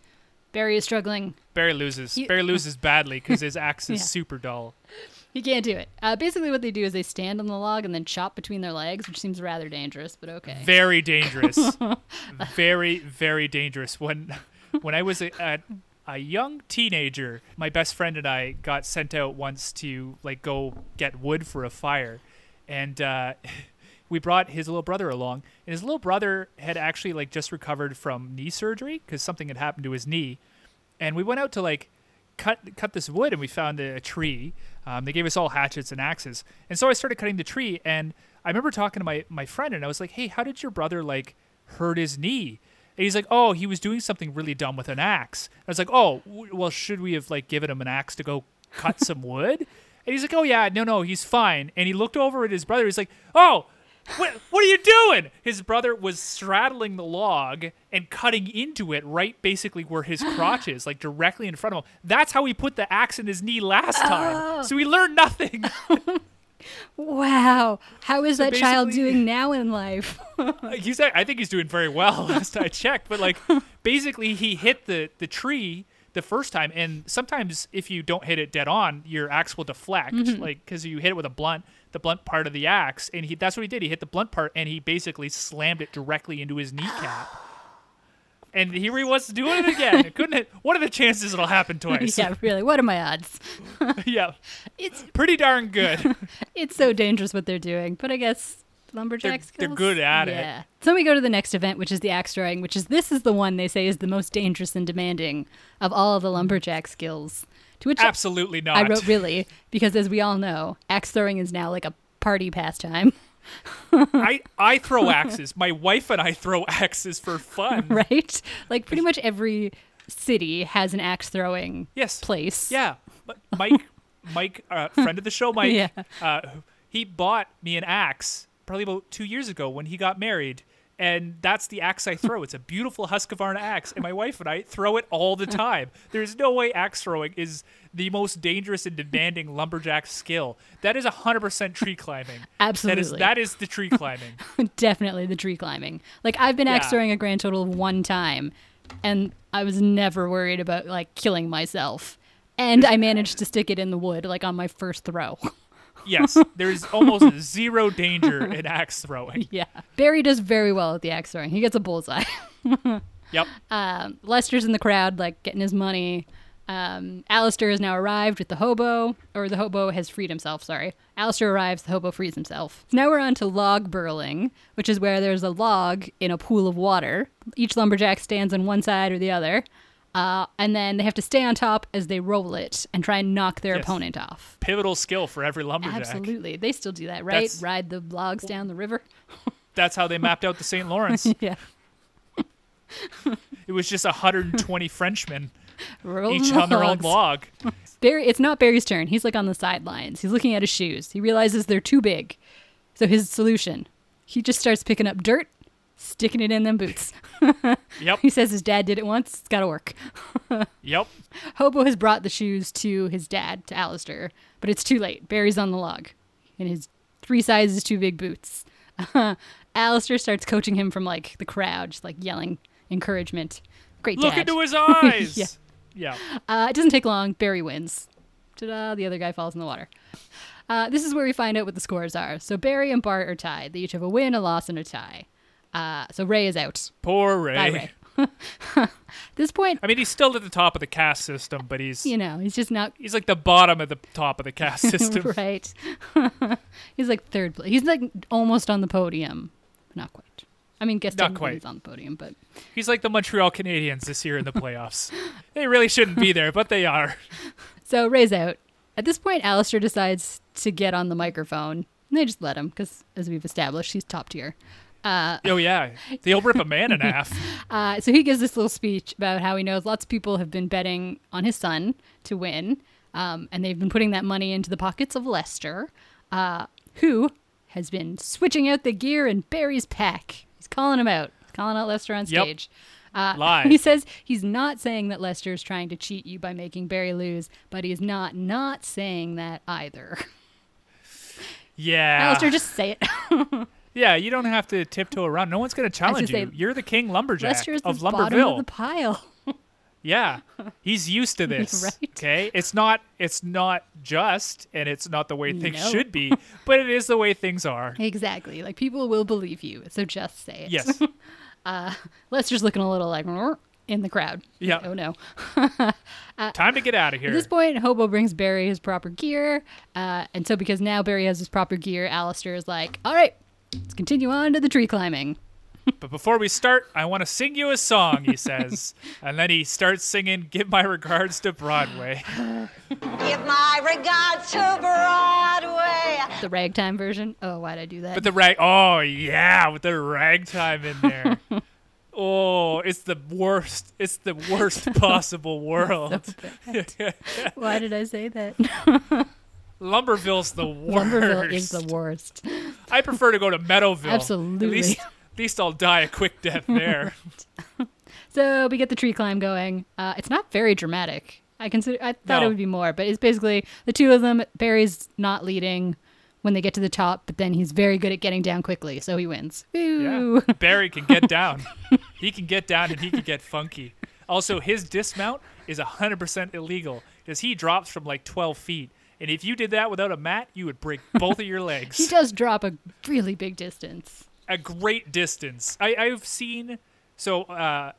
Barry is struggling. Barry loses. Barry loses badly because his axe is Yeah. super dull. He can't do it. Uh, basically, what they do is they stand on the log and then chop between their legs, which seems rather dangerous, but okay. Very dangerous. very very dangerous. When when I was a, a a young teenager, my best friend and I got sent out once to like go get wood for a fire, and uh, we brought his little brother along. And his little brother had actually like just recovered from knee surgery because something had happened to his knee. and we went out to like cut cut this wood and we found a, a tree um, they gave us all hatchets and axes and so i started cutting the tree and i remember talking to my, my friend and i was like hey how did your brother like hurt his knee and he's like oh he was doing something really dumb with an axe i was like oh w- well should we have like given him an axe to go cut some wood and he's like oh yeah no no he's fine and he looked over at his brother he's like oh what, what are you doing? His brother was straddling the log and cutting into it right basically where his crotch is, like directly in front of him. That's how he put the axe in his knee last time. So he learned nothing. Wow. How is that child basically- doing now in life? he's act- I think he's doing very well last I checked, but like basically he hit the the tree the first time and sometimes if you don't hit it dead on, your axe will deflect Mm-hmm. like cuz you hit it with a blunt, the blunt part of the axe and he that's what he did. He hit the blunt part and he basically slammed it directly into his kneecap. And here he was doing it again. Couldn't it? What are the chances it'll happen twice? yeah, really. What are my odds? yeah. It's Pretty darn good. it's so dangerous what they're doing, but I guess lumberjacks They're- they're good at it. Yeah. So we go to the next event, which is the axe throwing, which is this is the one they say is the most dangerous and demanding of all the lumberjack skills. To which Absolutely not. I wrote really because, as we all know, axe throwing is now like a party pastime. I I throw axes. My wife and I throw axes for fun. right? Like pretty much every city has an axe throwing Yes. place. Yeah, but Mike, Mike, uh, friend of the show, Mike. Yeah. Uh, he bought me an axe probably about two years ago when he got married, and that's the axe I throw. it's a beautiful Husqvarna axe, and my wife and I throw it all the time. There's no way axe throwing is the most dangerous and demanding lumberjack skill. That is 100% tree climbing. That is Absolutely. that is the tree climbing. Definitely the tree climbing. Like I've been axe Yeah. throwing a grand total of one time, and I was never worried about like killing myself. And I managed to stick it in the wood like on my first throw. yes, there's almost zero danger in axe throwing. yeah. Barry does very well at the axe throwing. He gets a bullseye. Yep. Um, Lester's in the crowd, like getting his money. Um, Alistair has now arrived with the hobo, or the hobo has freed himself, sorry. Alistair arrives, the hobo frees himself. Now we're on to log burling, which is where there's a log in a pool of water. Each lumberjack stands on one side or the other, uh, and then they have to stay on top as they roll it and try and knock their Yes. opponent off. Pivotal skill for every lumberjack. Absolutely. They still do that, right? That's- Ride the logs down the river. That's how they mapped out the St. Lawrence. yeah. It was just 120 Frenchmen, Roll each on their own logs. log. Barry, it's not Barry's turn. He's like on the sidelines. He's looking at his shoes. He realizes they're too big. So his solution, he just starts picking up dirt, sticking it in them boots. Yep, He says his dad did it once. It's got to work. yep. Hobo has brought the shoes to his dad, to Alistair, but it's too late. Barry's on the log in his three sizes too big boots. Alistair starts coaching him from like the crowd, just like yelling encouragement. Great Look dad. into his eyes. Yeah. yeah. Uh, it doesn't take long. Barry wins. Ta-da! The other guy falls in the water. Uh, this is where we find out what the scores are. So Barry and Bart are tied. They each have a win, a loss, and a tie. Uh, so Ray is out. Poor Ray. Bye, Ray. At this point, I mean, he's still at the top of the cast system, but he's you know, he's just not he's like the bottom of the top of the cast system. right. he's like third place. He's like almost on the podium. Not quite. I mean, guess Not technically he's quite. on the podium, but He's like the Montreal Canadiens this year in the playoffs. they really shouldn't be there, but they are. So Ray's out. At this point, Alistair decides to get on the microphone. And they just let him because, as we've established, he's top tier. Oh yeah, they'll rip a man in half. Uh, so he gives this little speech about how he knows lots of people have been betting on his son to win, um, and they've been putting that money into the pockets of Lester, uh, who has been switching out the gear in Barry's pack. He's calling him out. He's calling out Lester on Yep. stage. Uh, Live. He says he's not saying that Lester is trying to cheat you by making Barry lose, but he's not not saying that either. Yeah. Alistair, just say it. yeah, you don't have to tiptoe around. No one's going to challenge you. say, You're the king lumberjack Lester is the of bottom Lumberville. of the pile. Yeah, he's used to this. Right. Okay, it's not it's not just, and it's not the way things No. should be, but it is the way things are. Exactly. Like people will believe you, so just say it. Yes. Lester's looking a little like "Rrr," in the crowd. Yeah. Oh no. Time to get out of here. At Uh, this point, Hobo brings Barry his proper gear, uh, and so because now Barry has his proper gear, Alistair is like, "All right, let's continue on to the tree climbing." but before we start, I want to sing you a song. He says, and then he starts singing "Give My Regards to Broadway." Give my regards to Broadway. The ragtime version. Oh, why'd I do that? But the rag, oh yeah, with the ragtime in there. Oh, it's the worst. It's the worst possible world. Why did I say that? Lumberville's the worst. Lumberville is the worst. I prefer to go to Meadowville. Absolutely. At least, at least I'll die a quick death there. So we get the tree climb going. Uh, it's not very dramatic. I consider I thought No. it would be more, but it's basically the two of them. Barry's not leading when they get to the top, but then he's very good at getting down quickly, so he wins. yeah. Woo! Barry can get down. He can get down and he can get funky. Also, his dismount is 100% illegal because he drops from like 12 feet. And if you did that without a mat, you would break both of your He legs. does drop a really big distance. A great distance. I, I've seen. So, uh,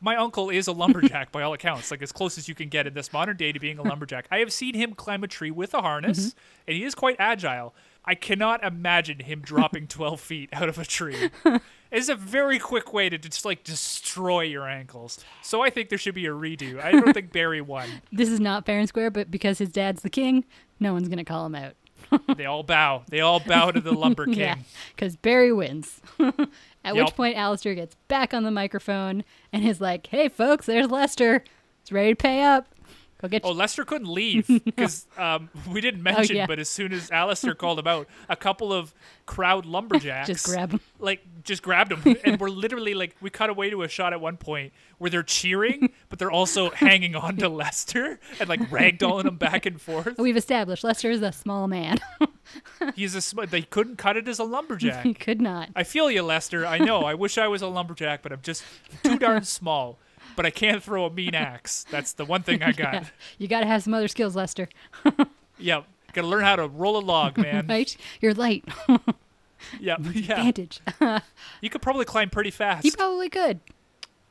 my uncle is a lumberjack by all accounts, like as close as you can get in this modern day to being a lumberjack. I have seen him climb a tree with a harness, and he is quite agile. I cannot imagine him dropping 12 feet out of a tree. It's a very quick way to just like destroy your ankles. So I think there should be a redo. I don't think Barry won. This is not fair and square, but because his dad's the king, no one's going to call him out. they all bow. They all bow to the lumber king. Yeah, because Barry wins. At which Yup. point, Alistair gets back on the microphone and is like, "Hey, folks, there's Lester. He's ready to pay up. Go get Oh, your Lester couldn't leave because um, we didn't mention, Oh, yeah. but as soon as Alistair called him out, a couple of crowd lumberjacks Just grab him. Like, just grabbed him. and we're literally like, we cut away to a shot at one point where they're cheering, but they're also hanging on to Lester and like ragdolling him back and forth. We've established Lester is a small man. He's a sm- they couldn't cut it as a lumberjack. he could not. I feel you, Lester. I know. I wish I was a lumberjack, but I'm just too darn small. But I can't throw a mean axe. That's the one thing I got. Yeah. You got to have some other skills, Lester. Yeah, gotta learn how to roll a log, man. Right? You're light. Yeah, yeah. Advantage. You could probably climb pretty fast. he probably could.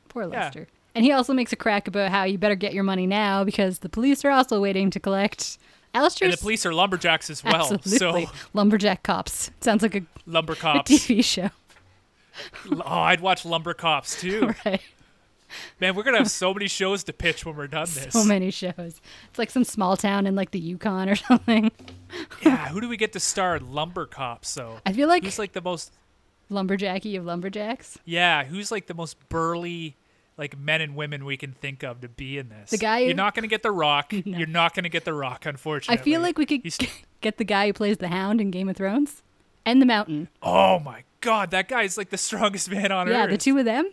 Poor Lester. And he also makes a crack about how you better get your money now because the police are also waiting to collect. and the Alistair's police are lumberjacks as well. absolutely So lumberjack cops. Sounds like a lumber a cops. TV show, oh, I'd watch lumber cops too. right? Man, we're gonna have so many shows to pitch when we're done this. So many shows. It's like some small town in like the Yukon or something. Yeah, who do we get to star in lumber cops though? I feel like, Who's like the most? lumberjacky of lumberjacks. Yeah, who's like the most burly? Like men and women we can think of to be in this. The guy you're who- not going to get the Rock. You're not going to get the Rock, I unfortunately. feel like we could He's- get the guy who plays the Hound in Game of Thrones and the Mountain. oh my God, that guy is like the strongest man on Yeah, earth. the two of them.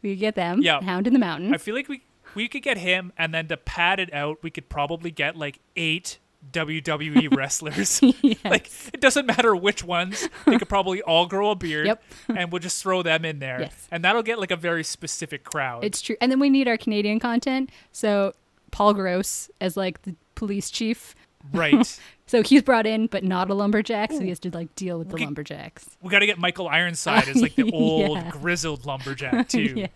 We could get them. Yeah. the Hound and the Mountain. I feel like we we could get him, and then to pad it out, we could probably get like eight WWE wrestlers. Like it doesn't matter which ones; they could probably all grow a beard, Yep. and we'll just throw them in there, Yes. and that'll get like a very specific crowd. It's true. And then we need our Canadian content. So Paul Gross as like the police chief. right. So he's brought in, but not a lumberjack. So he has to like deal with the Okay. lumberjacks. we got to get Michael Ironside as like the old Yeah. grizzled lumberjack too.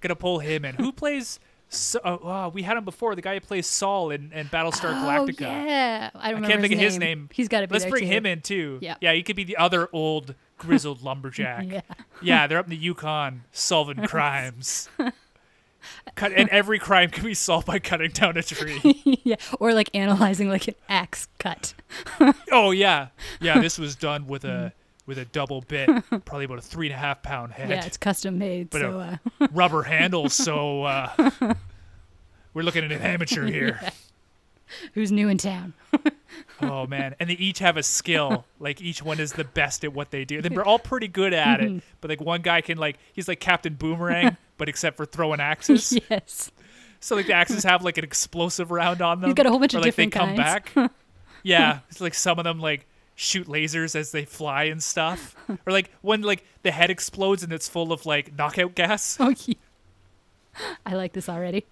Gonna pull him in. Who plays? So, uh, oh, we had him before. The guy who plays Saul in, in Battlestar Oh Galactica. yeah, I don't I remember can't think his of his name. He's got to be. Let's there bring too. him in too. Yeah. Yeah, he could be the other old grizzled lumberjack. Yeah. Yeah, they're up in the Yukon solving crimes. Cut and every crime can be solved by cutting down a tree. yeah, or like analyzing like an axe cut. oh yeah. Yeah, this was done with Mm. a with a double bit, probably about a three and a half pound head. Yeah, it's custom made. But, so uh, uh, Rubber handle, so uh, we're looking at an amateur here. who's new in town? Oh man, and they each have a skill. Like each one is the best at what they do. They're all pretty good at Mm-hmm. it, but like one guy can like he's like Captain Boomerang, but except for throwing axes. yes, So like the axes have like an explosive round on them. got a whole bunch or, of like, they come different back. Yeah, it's like some of them like shoot lasers as they fly and stuff, or like when like the head explodes and it's full of like knockout gas. oh, yeah. I like this already.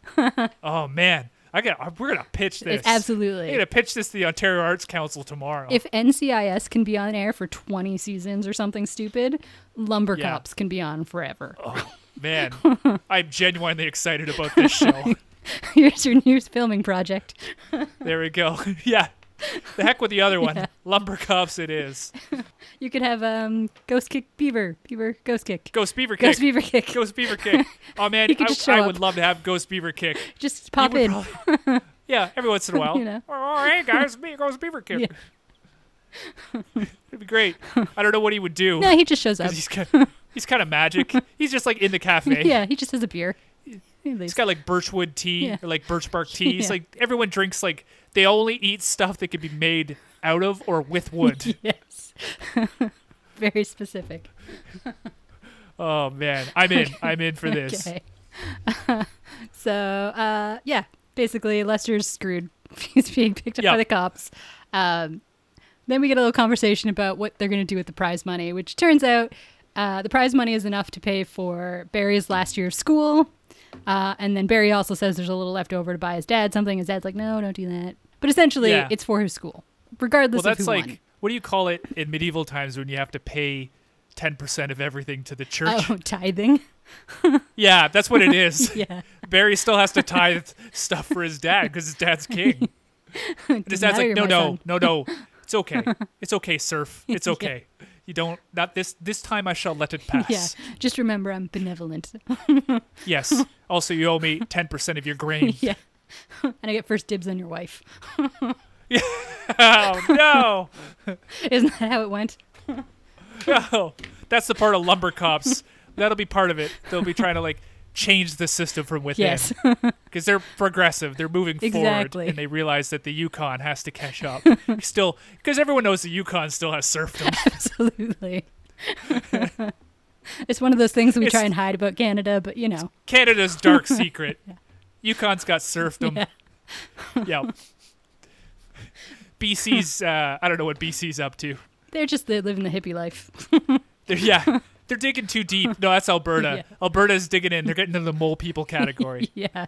Oh man, I got we're gonna pitch this. absolutely. we're gonna pitch this to the Ontario Arts Council tomorrow. If NCIS can be on air for 20 seasons or something stupid, Lumber Yeah. Cops can be on forever. Man, I'm genuinely excited about this show. Here's your new filming project. There we go. yeah. The heck with the other one. Lumber Cops it is. You could have um, Ghost Kick Beaver, Beaver Ghost Kick, Ghost Beaver Kick. Ghost Beaver Kick. Ghost Beaver Kick. Oh man, He could I, just show I would up. love to have Ghost Beaver Kick. He Just pop would in. probably- yeah, every once in a while. You know. oh, hey guys, it's me, Ghost Beaver Kick. It'd be great. I don't know what he would do. no, he just shows up. 'cause he's kind, he's kind of magic. He's just like in the cafe. Yeah, he just has a beer. He It's leaves. got like birchwood tea Yeah. or like birch bark tea. It's Yeah. like everyone drinks like they only eat stuff that can be made out of or with wood. yes. Very specific. oh man, I'm in. I'm in for this. Okay. so, uh, yeah, basically, Lester's screwed. He's being picked up Yeah. by the cops. Um, then we get a little conversation about what they're going to do with the prize money, which turns out uh, the prize money is enough to pay for Barry's last year of school. Uh, and then Barry also says there's a little left over to buy his dad something. His dad's like, no, don't do that. But essentially, Yeah. it's for his school, regardless Well, of who that's like won. what do you call it in medieval times when you have to pay ten percent of everything to the church? Oh, tithing. Yeah, that's what it is. Yeah. Barry still has to tithe stuff for his dad because his dad's king. And his dad's matter, you're like, no, my no, son." no, no. It's okay. It's okay, surf. It's okay. You don't. Not this. This time I shall let it pass. Yeah. Just remember, I'm benevolent. Yes. Also, you owe me 10% of your grain. yeah. and I get first dibs on your wife. oh, no. Isn't that how it went? No, that's the part of lumber cops. That'll be part of it. They'll be trying to like change the system from within. Yes. because they're progressive. They're moving Exactly. forward, and they realize that the Yukon has to catch up. still, because everyone knows the Yukon still has serfdom. Absolutely. it's one of those things that we It's- try and hide about Canada, but you know. Canada's dark secret. Yukon's got serfdom. Yeah. Yeah. BC's. Uh, I don't know what BC's up to. They're just they living the hippie life. They're, yeah. They're digging too deep. No, that's Alberta. Yeah. Alberta's digging in. They're getting into the mole people category. yeah.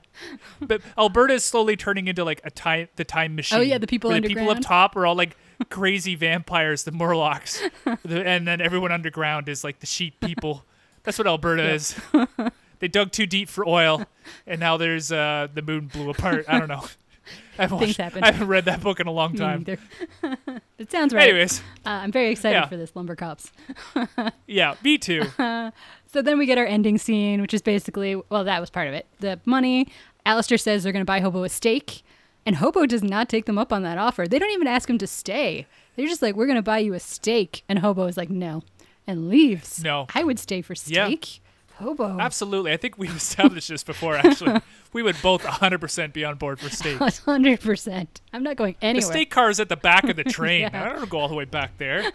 but Alberta is slowly turning into like a time the time machine. Oh, yeah, the people where the people up underground. top are all like crazy vampires, the Morlocks, the, and then everyone underground is like the sheep people. That's what Alberta is. they dug too deep for oil, and now there's uh, the moon blew apart. I don't know. I haven't, Things watched- happen. I haven't read that book in a long Me time. neither. it sounds right. Anyways, Uh, I'm very excited Yeah. for this Lumber Cops. yeah, me too. So then we get our ending scene, which is basically, well, that was part of it. The money. Alistair says they're going to buy Hobo a steak, and Hobo does not take them up on that offer. They don't even ask him to stay. They're just like, we're going to buy you a steak. And Hobo is like, no, and leaves. No. I would stay for Yeah. steak. Hobo. Absolutely. I think we've established this before, actually. we would both 100% be on board for steak. Hundred percent. I'm not going The anywhere. steak car is at the back of the train. I don't go all the way back there.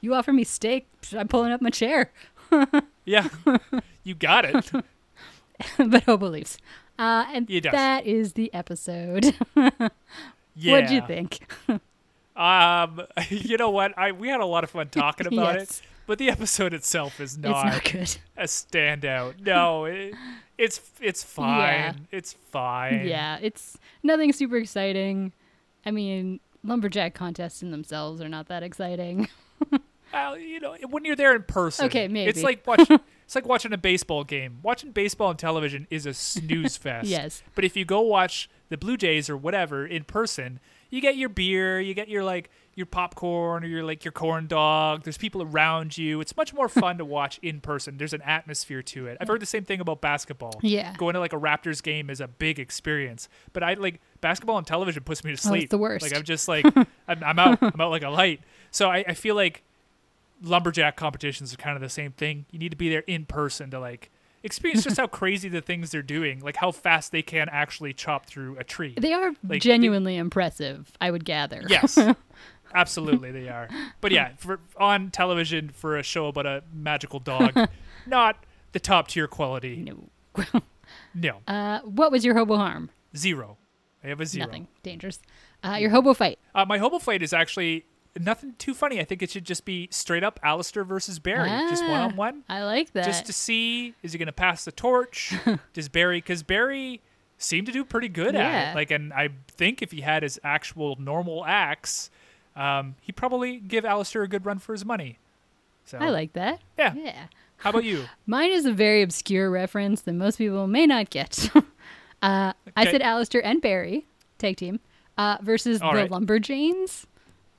You offer me steak, psh, I'm pulling up my chair. Yeah, you got it. but Hobo leaves. Uh, and He does. that is the episode. Yeah. What'd you think? Um, you know what? I we had a lot of fun talking about Yes. it, but the episode itself is it's not, not good. a standout. No, it, it's it's fine. It's fine. Yeah, it's nothing super exciting. I mean, lumberjack contests in themselves are not that exciting. Uh, you know, when you're there in person, Okay, maybe. it's like watch, it's like watching a baseball game. Watching baseball on television is a snooze fest. Yes. But if you go watch the Blue Jays or whatever in person, you get your beer, you get your like your popcorn or your like your corn dog. There's people around you. It's much more fun to watch in person. There's an atmosphere to it. I've heard the same thing about basketball. Yeah. Going to like a Raptors game is a big experience. But I like basketball on television puts me to Oh, sleep. it's the worst. Like I'm just like I'm, I'm out. I'm out like a light. So I, I feel like lumberjack competitions are kind of the same thing. You need to be there in person to like experience just how crazy the things they're doing, like how fast they can actually chop through a tree. They are they- genuinely impressive, I would gather. yes. Absolutely they are. But yeah, for on television for a show about a magical dog, not the top tier quality. No. No. Uh, what was your hobo harm? zero. I have a zero. Nothing dangerous. Uh, your hobo fight. Uh, my hobo flight is actually nothing too funny. I think it should just be straight up Alistair versus Barry, just Ah, one on one. I like that. just to see is he going to pass the torch? Does Barry because Barry seemed to do pretty good at Yeah. it. Like, and I think if he had his actual normal axe, um, he'd probably give Alistair a good run for his money. So I like that. Yeah. Yeah. How about you? Mine is a very obscure reference that most people may not get. uh, I Okay. said Alistair and Barry, tag team, uh, versus All the right. Lumberjanes.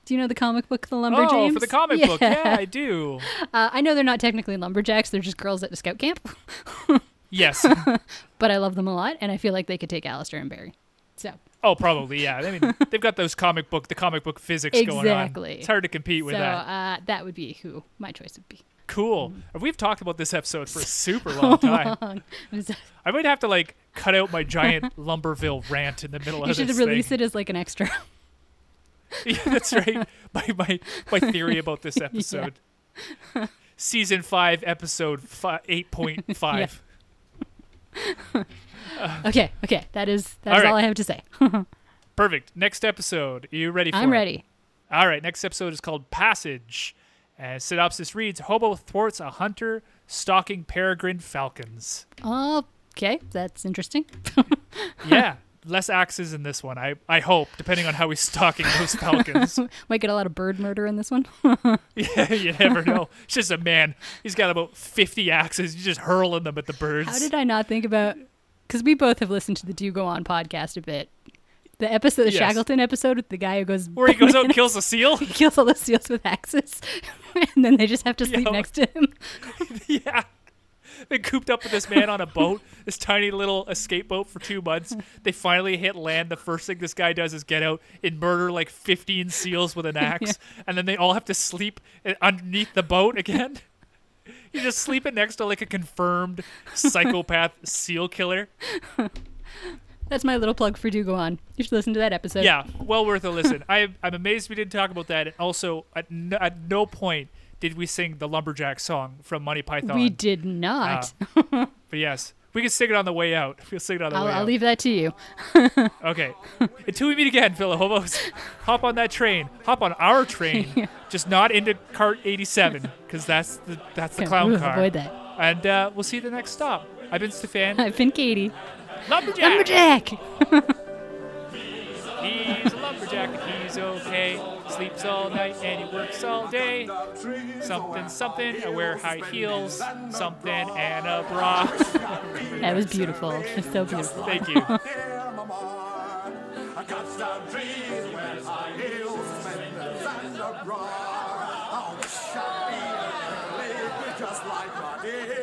Do you know the comic book, The Oh, Lumberjanes? for the comic book, yeah, I do. Uh, I know they're not technically lumberjacks; they're just girls at a scout camp. Yes. but I love them a lot, and I feel like they could take Alistair and Barry. So Oh, probably. Yeah. I mean, they've got those comic book, the comic book physics going on. Exactly. It's hard to compete with so that. uh, that would be who my choice would be. Cool. uh, We've talked about this episode for a super long time. I might have to like cut out my giant Lumberville rant in the middle you of this should release thing. it as like an extra. Yeah, that's right. My my my theory about this episode. Season five, episode fi- eight point five. okay, okay, that is that is All right. all I have to say. Perfect. Next episode. Are you ready for I'm it? ready. All right, next episode is called Passage. And synopsis reads Hobo thwarts a hunter stalking peregrine falcons. Okay, that's interesting. Yeah, less axes in this one, I, I hope, depending on how he's stalking those falcons. Might get a lot of bird murder in this one. yeah, you never know. It's just a man. He's got about 50 axes. He's just hurling them at the birds. How did I not think about? Because we both have listened to the Do Go On podcast a bit. The episode, the Yes. Shackleton episode with the guy who goes Where he goes out and kills a seal? he kills all the seals with axes, and then they just have to sleep Yeah. next to him. yeah. been cooped up with this man on a boat, this tiny little escape boat for two months. They finally hit land. The first thing this guy does is get out and murder like 15 seals with an axe, and then they all have to sleep i- underneath the boat again. You're just sleeping next to like a confirmed psychopath seal killer. That's my little plug for Do Go On. You should listen to that episode. Yeah, well worth a listen. I, I'm amazed we didn't talk about that. And also, at no, at no point did we sing the lumberjack song from Monty Python. We did not. Ah, But yes, we can sing it on the way out. We'll sing it on the I'll, way I'll out. leave that to you. Okay. Until we meet again, fellow hobos, hop on that train. Hop on our train. Just not into cart 87, because that's the that's the Okay, clown we'll car. avoid that. And uh, we'll see you at the next stop. I've been Stefan. I've been Katie. Lumberjack. Lumberjack! He's a lumberjack and he's okay. Sleeps all night and he works all day. Something, something. I wear high heels. Something and a bra. That was beautiful. It's so beautiful. Thank you. I got some trees where high heels and the sand abroad. Oh, shall be a lady just like my dear.